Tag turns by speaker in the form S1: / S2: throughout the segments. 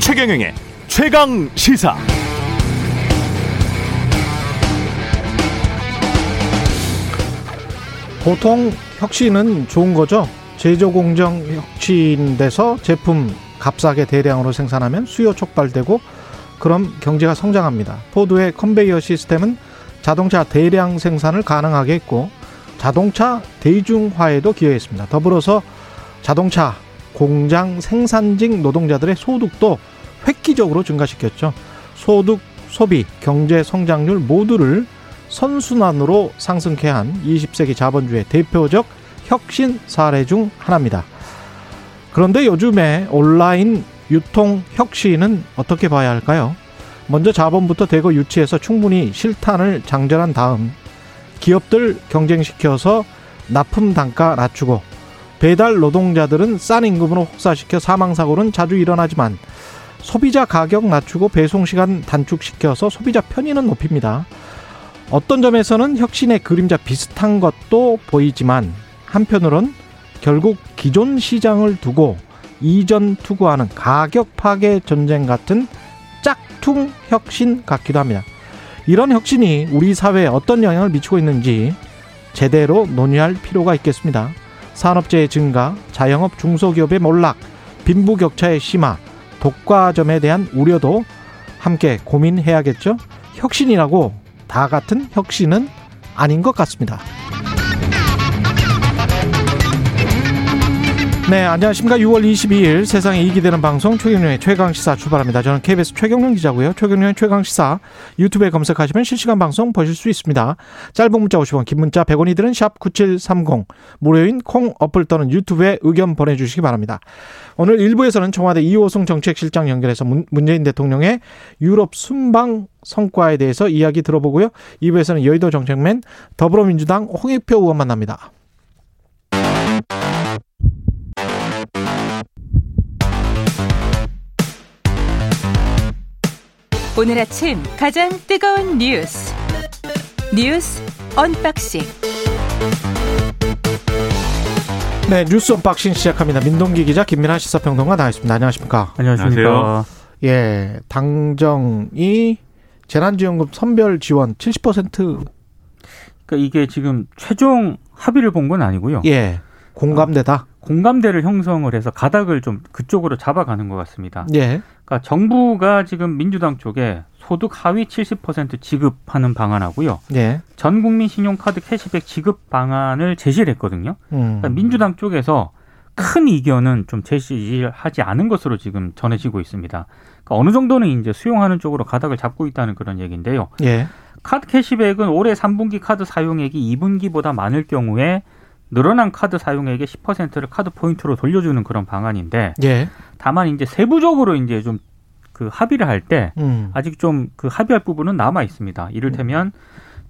S1: 최경영의 최강 시사.
S2: 보통 혁신은 좋은 거죠. 제조 공정 혁신돼서 제품 값싸게 대량으로 생산하면 수요 촉발되고 그럼 경제가 성장합니다. 포드의 컨베이어 시스템은 자동차 대량 생산을 가능하게 했고 자동차 대중화에도 기여했습니다. 더불어서 자동차 공장 생산직 노동자들의 소득도 획기적으로 증가시켰죠. 소득, 소비, 경제 성장률 모두를 선순환으로 상승케 한 20세기 자본주의 대표적 혁신 사례 중 하나입니다. 그런데 요즘에 온라인 유통 혁신은 어떻게 봐야 할까요? 먼저 자본부터 대거 유치해서 충분히 실탄을 장전한 다음 기업들 경쟁시켜서 납품 단가 낮추고 배달 노동자들은 싼 임금으로 혹사시켜 사망사고는 자주 일어나지만 소비자 가격 낮추고 배송시간 단축시켜서 소비자 편의는 높입니다. 어떤 점에서는 혁신의 그림자 비슷한 것도 보이지만 한편으론 결국 기존 시장을 두고 이전 투구하는 가격 파괴 전쟁 같은 짝퉁 혁신 같기도 합니다. 이런 혁신이 우리 사회에 어떤 영향을 미치고 있는지 제대로 논의할 필요가 있겠습니다. 산업재해 증가, 자영업 중소기업의 몰락, 빈부격차의 심화, 독과점에 대한 우려도 함께 고민해야겠죠. 혁신이라고 다 같은 혁신은 아닌 것 같습니다. 네, 안녕하십니까. 6월 22일 세상에 이기되는 방송 최경련의 최강시사 출발합니다. 저는 KBS 최경련 기자고요. 최경련의 최강시사 유튜브에 검색하시면 실시간 방송 보실 수 있습니다. 짧은 문자 50원, 긴 문자 100원이 드는 샵 9730, 무료인 콩 어플 또는 유튜브에 의견 보내주시기 바랍니다. 오늘 1부에서는 청와대 이호승 정책실장 연결해서 문- 문재인 대통령의 유럽 순방 성과에 대해서 이야기 들어보고요. 2부에서는 여의도 정책맨 더불어민주당 홍익표 의원 만납니다.
S3: 오늘 아침 가장 뜨거운 뉴스 뉴스 언박싱
S2: 네, 뉴스 언박싱 시작합니다. 민동기 기자, 김민아 시사평론가 나와있습니다. 안녕하십니까?
S4: 안녕하십니까.
S2: 예, 당정이 재난지원금 선별 지원 70%
S4: 그러니까 이게 지금 최종 합의를 본 건 아니고요.
S2: 예 공감대다.
S4: 공감대를 형성을 해서 가닥을 좀 그쪽으로 잡아가는 것 같습니다.
S2: 예,
S4: 그러니까 정부가 지금 민주당 쪽에 소득 하위 70% 지급하는 방안하고요.
S2: 예,
S4: 전 국민 신용카드 캐시백 지급 방안을 제시를 했거든요.
S2: 음,
S4: 그러니까 민주당 쪽에서 큰 이견은 좀 제시하지 않은 것으로 지금 전해지고 있습니다. 그러니까 어느 정도는 이제 수용하는 쪽으로 가닥을 잡고 있다는 그런 얘기인데요.
S2: 예,
S4: 카드 캐시백은 올해 3분기 카드 사용액이 2분기보다 많을 경우에 늘어난 카드 사용액의 10%를 카드 포인트로 돌려주는 그런 방안인데
S2: 예,
S4: 다만 이제 세부적으로 이제 좀 그 합의를 할 때
S2: 음,
S4: 아직 좀 그 합의할 부분은 남아 있습니다. 이를테면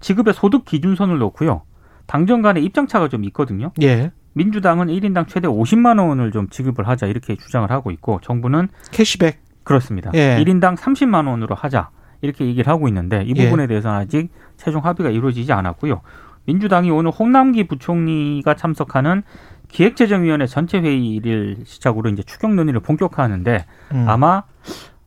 S4: 지급의 소득 기준선을 놓고요. 당정 간의 입장 차가 좀 있거든요.
S2: 예.
S4: 민주당은 1인당 최대 50만 원을 좀 지급을 하자 이렇게 주장을 하고 있고 정부는
S2: 캐시백.
S4: 그렇습니다.
S2: 예.
S4: 일 1인당 30만 원으로 하자 이렇게 얘기를 하고 있는데 이
S2: 예.
S4: 부분에 대해서는 아직 최종 합의가 이루어지지 않았고요. 민주당이 오늘 홍남기 부총리가 참석하는 기획재정위원회 전체 회의를 시작으로 이제 추경 논의를 본격화하는데
S2: 음,
S4: 아마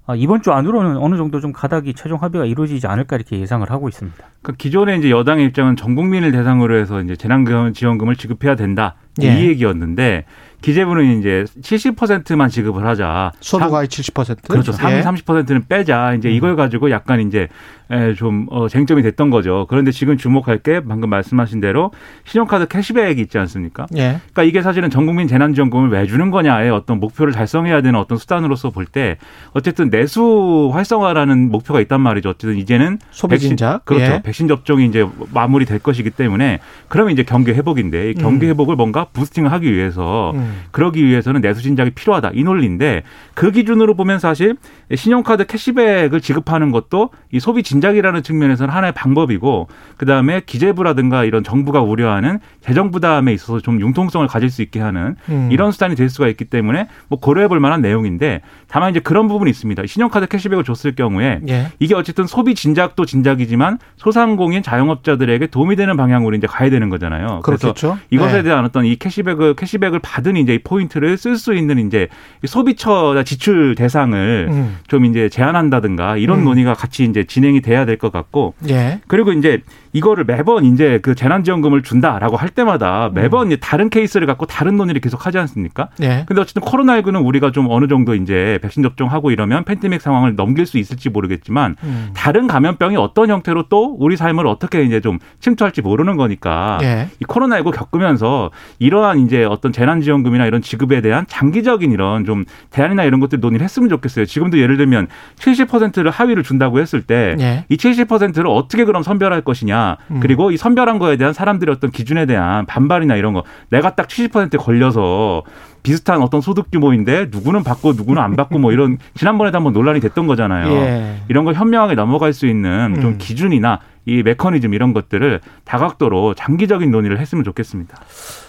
S4: 어, 이번 주 안으로는 어느 정도 좀 가닥이 최종 합의가 이루어지지 않을까 이렇게 예상을 하고 있습니다.
S5: 그러니까 기존에 이제 여당의 입장은 전 국민을 대상으로 해서 이제 재난지원금을 지급해야 된다
S2: 예.
S5: 이 얘기였는데 기재부는 이제 70%만 지급을 하자.
S2: 소득
S5: 상-
S2: 아이 70%.
S5: 그렇죠. 상위
S2: 예. 음.
S5: 30%는 빼자. 이제 이걸 가지고 약간 이제 에, 좀 어, 쟁점이 됐던 거죠. 그런데 지금 주목할 게 방금 말씀하신 대로 신용카드 캐시백이 있지 않습니까?
S2: 예,
S5: 그러니까 이게 사실은 전 국민 재난지원금을 왜 주는 거냐의 어떤 목표를 달성해야 되는 어떤 수단으로서 볼 때 어쨌든 내수 활성화라는 목표가 있단 말이죠. 어쨌든 이제는
S2: 소비진작.
S5: 백신, 그렇죠.
S2: 예.
S5: 백신 접종이 이제 마무리될 것이기 때문에 그러면 이제 경기 회복인데 이 경기
S2: 음.
S5: 회복을 뭔가 부스팅하기 위해서
S2: 음,
S5: 그러기 위해서는 내수 진작이 필요하다 이 논리인데 그 기준으로 보면 사실 신용카드 캐시백을 지급하는 것도 이 소비 진작이라는 측면에서는 하나의 방법이고 그 다음에 기재부라든가 이런 정부가 우려하는 재정 부담에 있어서 좀 융통성을 가질 수 있게 하는
S2: 음.
S5: 이런 수단이 될 수가 있기 때문에 뭐 고려해 볼 만한 내용인데 다만 이제 그런 부분이 있습니다. 신용카드 캐시백을 줬을 경우에
S2: 예,
S5: 이게 어쨌든 소비 진작도 진작이지만 소상공인 자영업자들에게 도움이 되는 방향으로 이제 가야 되는 거잖아요. 그래서
S2: 그렇겠죠.
S5: 이것에
S2: 예.
S5: 대한 어떤 이 캐시백을 캐시백을 받은 이제 이 포인트를 쓸 수 있는 이제 이 소비처 지출 대상을
S2: 음.
S5: 좀 이제 제한한다든가 이런
S2: 음.
S5: 논의가 같이 이제 진행이 돼야 될 것 같고
S2: 예.
S5: 그리고 이제 이거를 매번 이제 그 재난지원금을 준다라고 할 때마다
S2: 음.
S5: 매번 이제 다른 케이스를 갖고 다른 논의를 계속 하지 않습니까?
S2: 예.
S5: 근데 어쨌든 코로나19는 우리가 좀 어느 정도 이제 백신 접종하고 이러면 팬데믹 상황을 넘길 수 있을지 모르겠지만
S2: 음.
S5: 다른 감염병이 어떤 형태로 또 우리 삶을 어떻게 이제 좀 침투할지 모르는 거니까
S2: 예.
S5: 이 코로나19 겪으면서 이러한 이제 어떤 재난지원금이나 이런 지급에 대한 장기적인 이런 좀 대안이나 이런 것들 논의를 했으면 좋겠어요. 지금도 예를 들면 70%를 하위를 준다고 했을 때
S2: 예.
S5: 이 70%를 어떻게 그럼 선별할 것이냐
S2: 음.
S5: 그리고 이 선별한 거에 대한 사람들의 어떤 기준에 대한 반발이나 이런 거 내가 딱 70%에 걸려서 비슷한 어떤 소득 규모인데 누구는 받고 누구는 안 받고 뭐 이런 지난번에도 한번 논란이 됐던 거잖아요.
S2: 예.
S5: 이런 걸 현명하게 넘어갈 수 있는
S2: 음.
S5: 좀 기준이나 이 메커니즘 이런 것들을 다각도로 장기적인 논의를 했으면 좋겠습니다.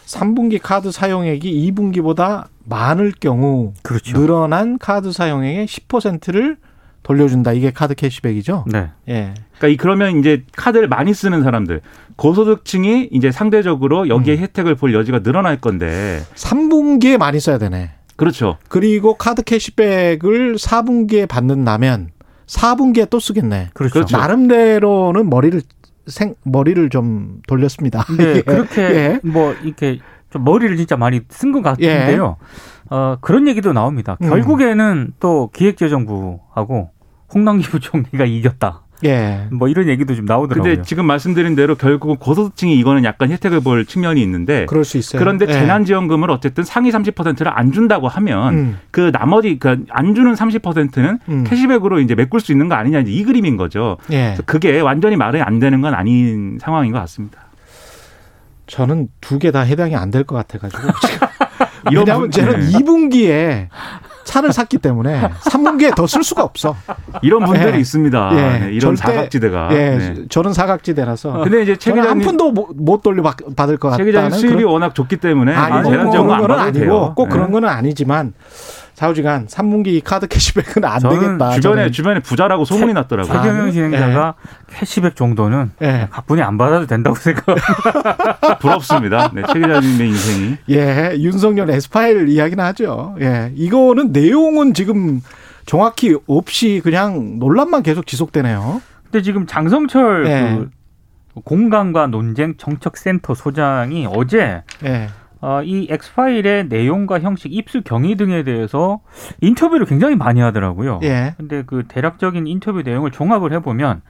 S2: 3분기 카드 사용액이 2분기보다 많을 경우
S4: 그렇죠.
S2: 늘어난 카드 사용액의 10%를 돌려준다. 이게 카드 캐시백이죠.
S4: 네.
S2: 예.
S5: 그러니까 이 그러면 이제 카드를 많이 쓰는 사람들 고소득층이 이제 상대적으로 여기에
S2: 음.
S5: 혜택을 볼 여지가 늘어날 건데
S2: 3분기에 많이 써야 되네.
S5: 그렇죠.
S2: 그리고 카드 캐시백을 4분기에 받는다면 4분기에 또 쓰겠네.
S4: 그렇죠.
S5: 그렇죠.
S2: 나름대로는 머리를 생 머리를 좀 돌렸습니다.
S4: 근데
S2: 예.
S4: 네, 그렇게
S2: 예.
S4: 뭐 이렇게 좀 머리를 진짜 많이 쓴 것
S5: 예.
S4: 같은데요. 어, 그런 얘기도 나옵니다.
S2: 음.
S4: 결국에는 또 기획재정부하고 홍남기 부총리가 이겼다.
S2: 예.
S4: 뭐 이런 얘기도 좀 나오더라고요.
S5: 근데 지금 말씀드린 대로 결국은 고소득층이 이거는 약간 혜택을 볼 측면이 있는데
S2: 그럴 수 있어요.
S5: 네. 그런데
S2: 예.
S5: 재난지원금을 어쨌든 상위 30%를 안 준다고 하면
S2: 음.
S5: 그 나머지 그 안 주는 30%는
S2: 음.
S5: 캐시백으로 이제 메꿀 수 있는 거 아니냐 이제 이 그림인 거죠.
S2: 예.
S5: 그래서 그게 완전히 말이 안 되는 건 아닌 상황인 것 같습니다.
S2: 저는 두 개 다 해당이 안 될 것 같아 가지고.
S5: 이런
S2: 아, 왜냐하면
S5: 분-
S2: 저는
S5: 네.
S2: 2분기에 차를 샀기 때문에 3분기에 더 쓸 수가 없어.
S5: 이런 분들이
S2: 예.
S5: 있습니다.
S2: 예.
S5: 네, 이런
S2: 절대-
S5: 사각지대가.
S2: 예,
S5: 네. 아, 어,
S2: 저는 사각지대라서.
S5: 근데 이제 최
S2: 저는 한
S5: 기자님
S2: 푼도 못, 못 돌려 받- 받을 것
S5: 최
S2: 같다는
S5: 기자님 수입이
S2: 그런-
S5: 워낙 좋기 때문에
S2: 아니,
S4: 뭐
S5: 재난지원금
S2: 그런
S5: 안
S2: 건
S5: 받아도
S2: 아니고
S5: 돼요.
S2: 꼭 그런
S5: 네.
S2: 건 아니지만 좌우지간 3분기 카드 캐시백은 안
S4: 저는
S2: 되겠다.
S5: 주변에
S2: 저는.
S5: 주변에 부자라고 소문이 났더라고요.
S2: 아,
S4: 최경영
S2: 네.
S5: 예.
S4: 진행자가 캐시백 정도는
S2: 예.
S4: 가뿐히 안 받아도 된다고 생각합니다.
S5: 부럽습니다. 네, 최 기자님의 인생이.
S2: 예, 윤석열 에스파일 이야기는 하죠. 예, 이거는 내용은 지금 정확히 없이 그냥 논란만 계속 지속되네요.
S4: 근데 지금 장성철
S5: 예.
S2: 네.
S4: 그 공감과 논쟁 정책센터 소장이 어제
S2: 예,
S4: 어, 이 엑스파일의 내용과 형식, 입수 경위 등에 대해서 인터뷰를 굉장히 많이 하더라고요.
S2: 예,
S4: 근데 그 대략적인 인터뷰 내용을 종합을 해보면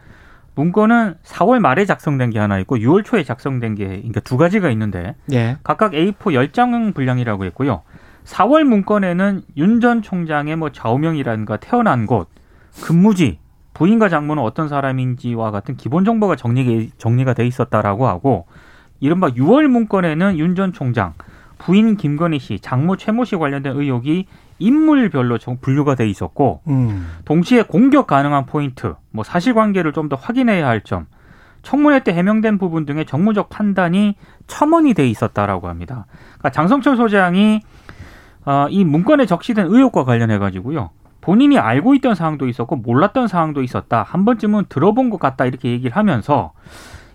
S4: 문건은 4월 말에 작성된 게 하나 있고 6월 초에 작성된 게 그러니까 두 가지가 있는데
S2: 예,
S4: 각각 A4 10장 분량이라고 했고요. 4월 문건에는 윤 전 총장의 뭐 좌우명이라든가 태어난 곳, 근무지, 부인과 장모는 어떤 사람인지와 같은 기본 정보가 정리, 정리가 돼 있었다라고 하고 이른바 6월 문건에는 윤 전 총장, 부인 김건희 씨, 장모 최모 씨 관련된 의혹이 인물별로 정- 분류가 돼 있었고
S2: 음,
S4: 동시에 공격 가능한 포인트, 뭐 사실관계를 좀 더 확인해야 할 점, 청문회 때 해명된 부분 등의 정무적 판단이 첨언이 돼 있었다라고 합니다. 그러니까 장성철 소장이 어, 이 문건에 적시된 의혹과 관련해 가지고요. 본인이 알고 있던 사항도 있었고 몰랐던 사항도 있었다. 한 번쯤은 들어본 것 같다 이렇게 얘기를 하면서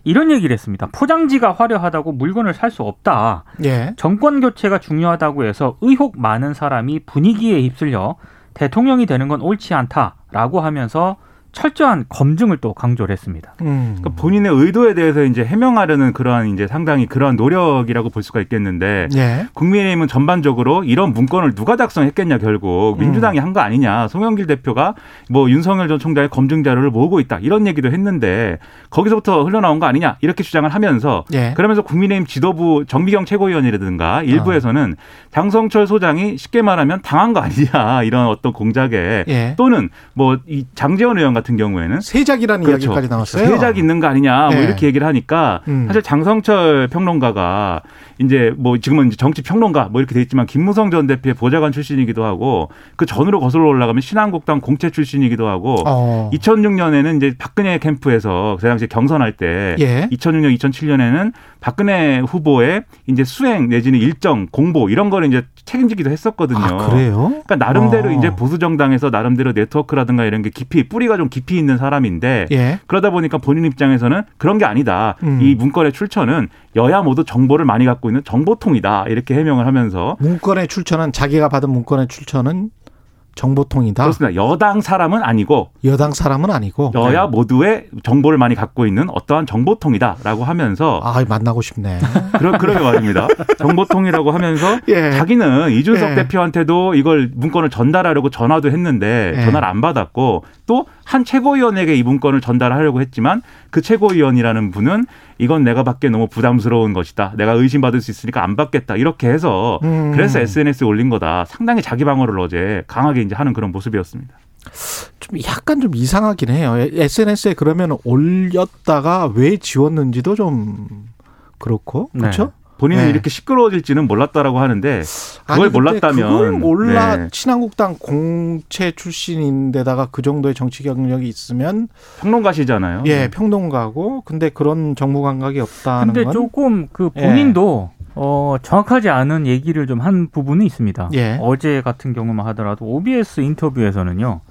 S4: 이런 얘기를 했습니다. 포장지가 화려하다고 물건을 살 수 없다.
S2: 예,
S4: 정권 교체가 중요하다고 해서 의혹 많은 사람이 분위기에 휩쓸려 대통령이 되는 건 옳지 않다라고 하면서 철저한 검증을 또 강조를 했습니다.
S2: 음,
S5: 그러니까 본인의 의도에 대해서 이제 해명하려는 그러한 이제 상당히 그러한 노력이라고 볼 수가 있겠는데
S2: 예,
S5: 국민의힘은 전반적으로 이런 문건을 누가 작성했겠냐 결국
S2: 음.
S5: 민주당이 한 거 아니냐 송영길 대표가 뭐 윤석열 전 총장의 검증 자료를 모으고 있다 이런 얘기도 했는데 거기서부터 흘러나온 거 아니냐 이렇게 주장을 하면서
S2: 예,
S5: 그러면서 국민의힘 지도부 정비경 최고위원이라든가 일부에서는 장성철 소장이 쉽게 말하면 당한 거 아니냐 이런 어떤 공작에
S2: 예.
S5: 또는 뭐 이 장재원 의원 같은 경우에는
S2: 세작이라는
S5: 그렇죠.
S2: 이야기까지 나왔어요.
S5: 세작 있는 거 아니냐 뭐
S2: 네.
S5: 이렇게 얘기를 하니까
S2: 음.
S5: 사실 장성철 평론가가 이제 뭐 지금은 이제 정치 평론가 뭐 이렇게 돼 있지만 김무성 전 대표의 보좌관 출신이기도 하고 그 전으로 거슬러 올라가면 신한국당 공채 출신이기도 하고
S2: 어.
S5: 2006년에는 이제 박근혜 캠프에서 그 당시 경선할 때
S2: 예.
S5: 2006년, 2007년에는 박근혜 후보의 이제 수행 내지는 일정 공보 이런 거를 이제 책임지기도 했었거든요.
S2: 아, 그래요?
S5: 그러니까 나름대로
S2: 어.
S5: 이제 보수 정당에서 나름대로 네트워크라든가 이런 게 깊이 뿌리가 좀 깊이 있는 사람인데
S2: 예.
S5: 그러다 보니까 본인 입장에서는 그런 게 아니다.
S2: 음.
S5: 이 문건의 출처는 여야 모두 정보를 많이 갖고 있는 정보통이다. 이렇게 해명을 하면서
S2: 문건의 출처는 자기가 받은 문건의 출처는 정보통이다.
S5: 그렇습니다. 여당 사람은 아니고
S2: 여당 사람은 아니고.
S5: 여야 모두의 정보를 많이 갖고 있는 어떠한 정보통이다라고 하면서
S2: 아, 만나고 싶네.
S5: 그러, 그러게 말입니다. 정보통이라고 하면서
S2: 예.
S5: 자기는 이준석
S2: 예.
S5: 대표한테도 이걸 문건을 전달하려고 전화도 했는데
S2: 예.
S5: 전화를 안 받았고 또 한 최고위원에게 이 문건을 전달하려고 했지만 그 최고위원이라는 분은 이건 내가 받기에 너무 부담스러운 것이다. 내가 의심받을 수 있으니까 안 받겠다. 이렇게 해서
S2: 음.
S5: 그래서 SNS에 올린 거다. 상당히 자기 방어를 어제 강하게 이제 하는 그런 모습이었습니다.
S2: 좀 약간 좀 이상하긴 해요. SNS에 그러면 올렸다가 왜 지웠는지도 좀 그렇고.
S4: 네.
S2: 그렇죠?
S5: 본인은
S2: 네.
S5: 이렇게 시끄러워질지는 몰랐다라고 하는데 그걸
S2: 아니, 근데
S5: 몰랐다면.
S2: 그걸 몰라
S5: 네.
S2: 친한국당 공채 출신인데다가 그 정도의 정치 경력이 있으면
S5: 평론가시잖아요.
S2: 예 평론가고 근데 그런 정무 감각이 없다는
S4: 근데
S2: 건
S4: 조금 그
S2: 예.
S4: 본인도 어, 정확하지 않은 얘기를 좀 한 부분이 있습니다.
S2: 예.
S4: 어제 같은 경우만 하더라도 OBS 인터뷰에서는요.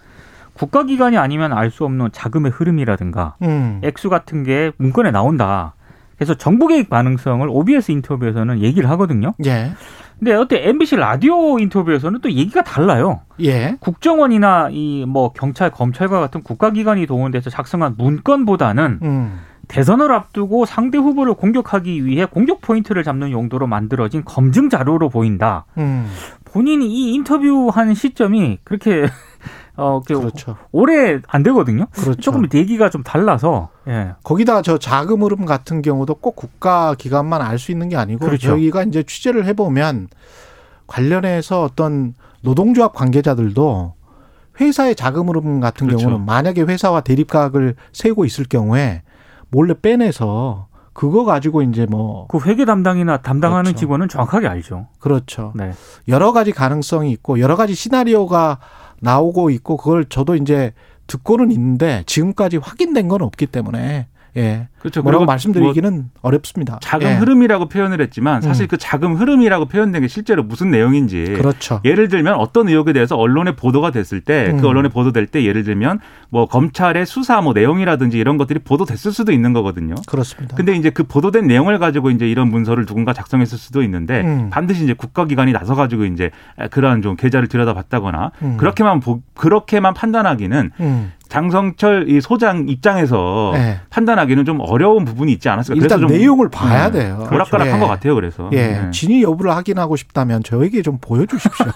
S4: 국가기관이 아니면 알 수 없는 자금의 흐름이라든가
S2: 음.
S4: 액수 같은 게 문건에 나온다. 그래서 정부 개입 가능성을 OBS 인터뷰에서는 얘기를 하거든요.
S2: 예.
S4: 근데 어때 MBC 라디오 인터뷰에서는 또 얘기가 달라요.
S2: 예.
S4: 국정원이나 이 뭐 경찰, 검찰과 같은 국가기관이 동원돼서 작성한 문건보다는
S2: 음.
S4: 대선을 앞두고 상대 후보를 공격하기 위해 공격 포인트를 잡는 용도로 만들어진 검증 자료로 보인다.
S2: 음.
S4: 본인이 이 인터뷰한 시점이 그렇게 어, 그렇게
S2: 그렇죠.
S4: 오래 안 되거든요.
S2: 그렇죠.
S4: 조금 얘기가 좀 달라서 예.
S2: 거기다가 저 자금 흐름 같은 경우도 꼭 국가 기관만 알 수 있는 게 아니고
S4: 그렇죠.
S2: 저희가 이제 취재를 해보면 관련해서 어떤 노동조합 관계자들도 회사의 자금 흐름 같은
S5: 그렇죠.
S2: 경우는 만약에 회사와 대립각을 세우고 있을 경우에 몰래 빼내서 그거 가지고 이제 뭐
S4: 그 회계 담당이나 담당하는
S2: 그렇죠.
S4: 직원은 정확하게 알죠.
S2: 그렇죠.
S4: 네.
S2: 여러 가지 가능성이 있고 여러 가지 시나리오가 나오고 있고 그걸 저도 이제 듣고는 있는데 지금까지 확인된 건 없기 때문에 예.
S5: 그렇죠.
S2: 뭐라고
S5: 그리고 뭐
S2: 말씀드리기는 어렵습니다.
S5: 자금
S2: 예.
S5: 흐름이라고 표현을 했지만 사실
S2: 음.
S5: 그 자금 흐름이라고 표현된 게 실제로 무슨 내용인지
S2: 그렇죠.
S5: 예를 들면 어떤 의혹에 대해서 언론에 보도가 됐을 때 그
S2: 음.
S5: 언론에 보도될 때 예를 들면 뭐 검찰의 수사 뭐 내용이라든지 이런 것들이 보도됐을 수도 있는 거거든요.
S2: 그렇습니다.
S5: 근데 이제 그 보도된 내용을 가지고 이제 이런 문서를 누군가 작성했을 수도 있는데
S2: 음.
S5: 반드시 이제 국가기관이 나서 가지고 이제 그러한 좀 계좌를 들여다봤다거나
S2: 음.
S5: 그렇게만 보- 그렇게만 판단하기는
S2: 음.
S5: 장성철 이 소장 입장에서
S2: 예.
S5: 판단하기는 좀 어려운 부분이 있지 않았을까.
S2: 일단
S5: 좀 음,
S2: 내용을 봐야 돼요.
S5: 오락가락한
S2: 예.
S5: 것 같아요. 그래서
S2: 예,
S5: 네.
S2: 진위 여부를 확인하고 싶다면 저에게 좀 보여주십시오.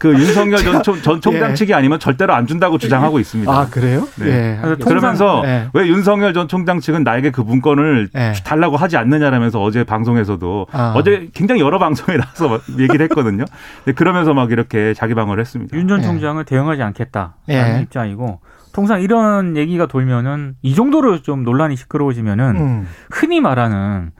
S5: 그 윤석열 전, 총- 전 총장
S2: 아, 예.
S5: 측이 아니면 절대로 안 준다고 주장하고 있습니다.
S2: 아 그래요?
S5: 네.
S2: 예.
S4: 그래서 통-
S5: 그러면서
S2: 예.
S5: 왜 윤석열 전 총장 측은 나에게 그 문건을
S2: 예.
S5: 달라고 하지 않느냐라면서 어제 방송에서도
S2: 아.
S5: 어제 굉장히 여러 방송에 나와서 막 얘기를 했거든요. 근데 그러면서 막 이렇게 자기 방어를 했습니다.
S4: 윤 전
S2: 예.
S4: 총장은 대응하지 않겠다라는
S2: 예.
S4: 입장이고 통상 이런 얘기가 돌면은 이 정도로 좀 논란이 시끄러워지면은
S2: 음,
S4: 흔히 말하는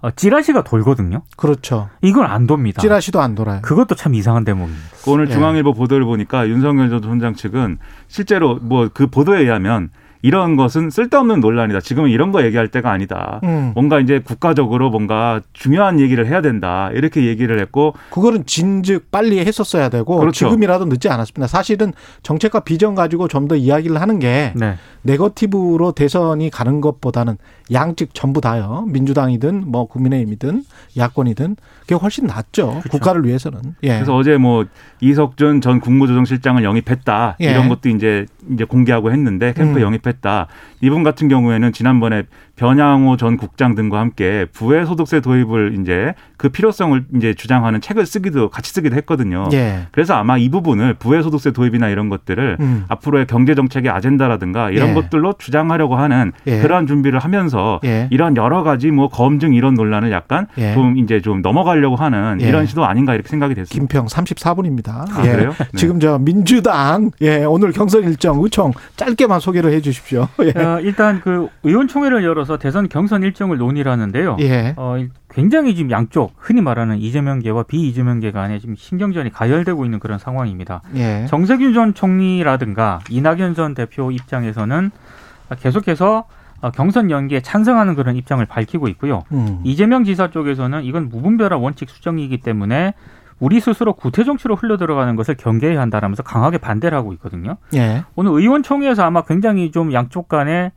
S4: 어, 찌라시가 돌거든요.
S2: 그렇죠.
S4: 이건 안 돕니다.
S2: 찌라시도 안 돌아요.
S4: 그것도 참 이상한 대목입니다.
S5: 그 오늘
S2: 예.
S5: 중앙일보 보도를 보니까 윤석열 전 총장 측은 실제로 뭐 그 보도에 의하면 이런 것은 쓸데없는 논란이다. 지금은 이런 거 얘기할 때가 아니다.
S2: 음,
S5: 뭔가 이제 국가적으로 뭔가 중요한 얘기를 해야 된다. 이렇게 얘기를 했고
S2: 그거는 진즉 빨리 했었어야 되고
S5: 그렇죠.
S2: 지금이라도 늦지 않았습니다. 사실은 정책과 비전 가지고 좀 더 이야기를 하는 게
S5: 음.
S4: 네.
S2: 네거티브로 대선이 가는 것보다는 양측 전부 다요. 민주당이든 뭐 국민의힘이든 야권이든 그게 훨씬 낫죠. 국가를 위해서는. 예.
S5: 그렇죠. 그래서 어제 뭐 이석준 전 국무조정실장을 영입했다
S2: 예.
S5: 이런 것도 이제 이제 공개하고 했는데 캠프
S2: 음.
S5: 영입했다 이분 같은 경우에는 지난번에 변양호 전 국장 등과 함께 부의 소득세 도입을 이제 그 필요성을 이제 주장하는 책을 쓰기도 같이 쓰기도 했거든요.
S2: 예.
S5: 그래서 아마 이 부분을 부의 소득세 도입이나 이런 것들을
S2: 음.
S5: 앞으로의 경제 정책의 아젠다라든가 이런
S2: 예.
S5: 것들로 주장하려고 하는
S2: 예.
S5: 아, 그러한 준비를 하면서
S2: 예.
S5: 이런 여러 가지 뭐 검증 이런 논란을 약간
S2: 예.
S5: 좀 이제 좀 넘어가려고 하는
S2: 예.
S5: 이런 시도 아닌가 이렇게 생각이 됐습니다.
S2: 김평 34분입니다. 예.
S5: 아, 그래요? 네.
S2: 지금 저 민주당 예, 오늘 경선 일정 의총 짧게만 소개를 해 주십시오. 예.
S4: 어, 일단 그 의원총회를 열어서 대선 경선 일정을 논의를 하는데요.
S2: 예.
S4: 어, 이- 굉장히 지금 양쪽 흔히 말하는 이재명계와 비이재명계 간에 지금 신경전이 가열되고 있는 그런 상황입니다.
S2: 예.
S4: 정세균 전 총리라든가 이낙연 전 대표 입장에서는 계속해서 어, 경선 연기에 찬성하는 그런 입장을 밝히고 있고요.
S2: 음.
S4: 이재명 지사 쪽에서는 이건 무분별한 원칙 수정이기 때문에 우리 스스로 구태 정치로 흘러 들어가는 것을 경계해야 한다라면서 강하게 반대를 하고 있거든요.
S2: 예.
S4: 오늘 의원총회에서 아마 굉장히 좀 양쪽 간에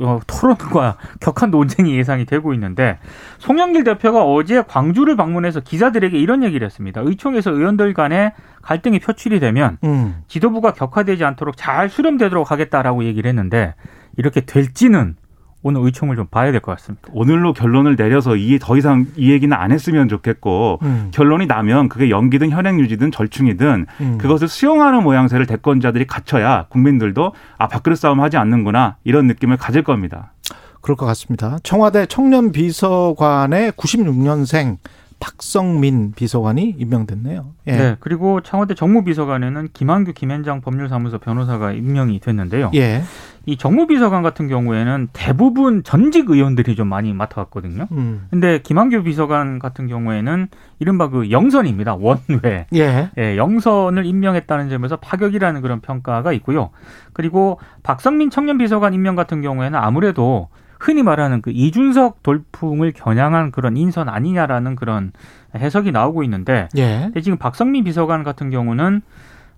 S4: 어, 토론과 격한 논쟁이 예상이 되고 있는데 송영길 대표가 어제 광주를 방문해서 기자들에게 이런 얘기를 했습니다. 의총에서 의원들 간의 갈등이 표출이 되면
S2: 음.
S4: 지도부가 격화되지 않도록 잘 수렴되도록 하겠다라고 얘기를 했는데 이렇게 될지는 오늘 의총을 좀 봐야 될 것 같습니다.
S5: 오늘로 결론을 내려서 이 더 이상 이 얘기는 안 했으면 좋겠고
S2: 음.
S5: 결론이 나면 그게 연기든 현행 유지든 절충이든
S2: 음.
S5: 그것을 수용하는 모양새를 대권자들이 갖춰야 국민들도 아 밥그릇 싸움 하지 않는구나 이런 느낌을 가질 겁니다.
S2: 그럴 것 같습니다. 청와대 청년 비서관의 96년생 박성민 비서관이 임명됐네요. 예.
S4: 네, 그리고 청와대 정무비서관에는 김한규 김현장 법률사무소 변호사가 임명이 됐는데요.
S2: 예.
S4: 이 정무비서관 같은 경우에는 대부분 전직 의원들이 좀 많이 맡아왔거든요.
S2: 음.
S4: 근데 김한규 비서관 같은 경우에는 이른바 그 영선입니다. 원외.
S2: 예.
S4: 예, 영선을 임명했다는 점에서 파격이라는 그런 평가가 있고요. 그리고 박성민 청년 비서관 임명 같은 경우에는 아무래도 흔히 말하는 그 이준석 돌풍을 겨냥한 그런 인선 아니냐라는 그런 해석이 나오고 있는데
S2: 예.
S4: 근데 지금 박성민 비서관 같은 경우는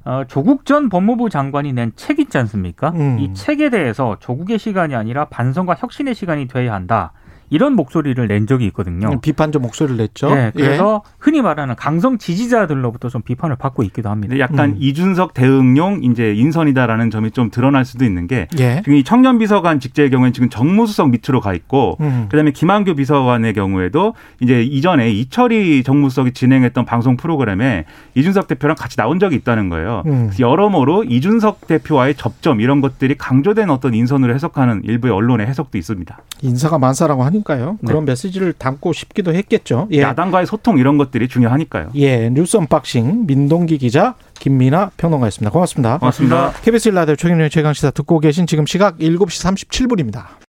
S4: 어, 조국 전 법무부 장관이 낸 책 있지 않습니까?
S2: 음.
S4: 이 책에 대해서 조국의 시간이 아니라 반성과 혁신의 시간이 돼야 한다. 이런 목소리를 낸 적이 있거든요.
S5: 어.
S2: 비판적 목소리를 냈죠.
S5: 네,
S4: 예, 그래서 흔히 말하는 강성 지지자들로부터 좀 비판을 받고 있기도 합니다.
S5: 근데 약간
S2: 음.
S5: 이준석 대응용 이제 인선이다라는 점이 좀 드러날 수도 있는 게
S2: 예. 예.
S5: 지금 이 청년 비서관 직제의 경우에는 지금 정무수석 밑으로 가 있고
S2: 음.
S5: 그다음에 김한규 비서관의 경우에도 이제 이전에 이철이 정무수석이 진행했던 방송 프로그램에 이준석 대표랑 같이 나온 적이 있다는 거예요.
S2: 음.
S5: 그래서 여러모로 이준석 대표와의 접점 이런 것들이 강조된 어떤 인선으로 해석하는 일부의 언론의 해석도 있습니다.
S2: 인사가 만사라고 하니까요.
S4: 네.
S2: 그런 메시지를 담고 싶기도 했겠죠. 예.
S5: 야당과의 소통 이런 것들이 중요하니까요.
S2: 예. 뉴스 언박싱 민동기 기자 김민아 평론가였습니다.
S5: 어.
S2: 고맙습니다.
S5: 고맙습니다.
S2: KBS 일라디오 최경영 최강시사 듣고 계신 지금 시각 7시 37분입니다.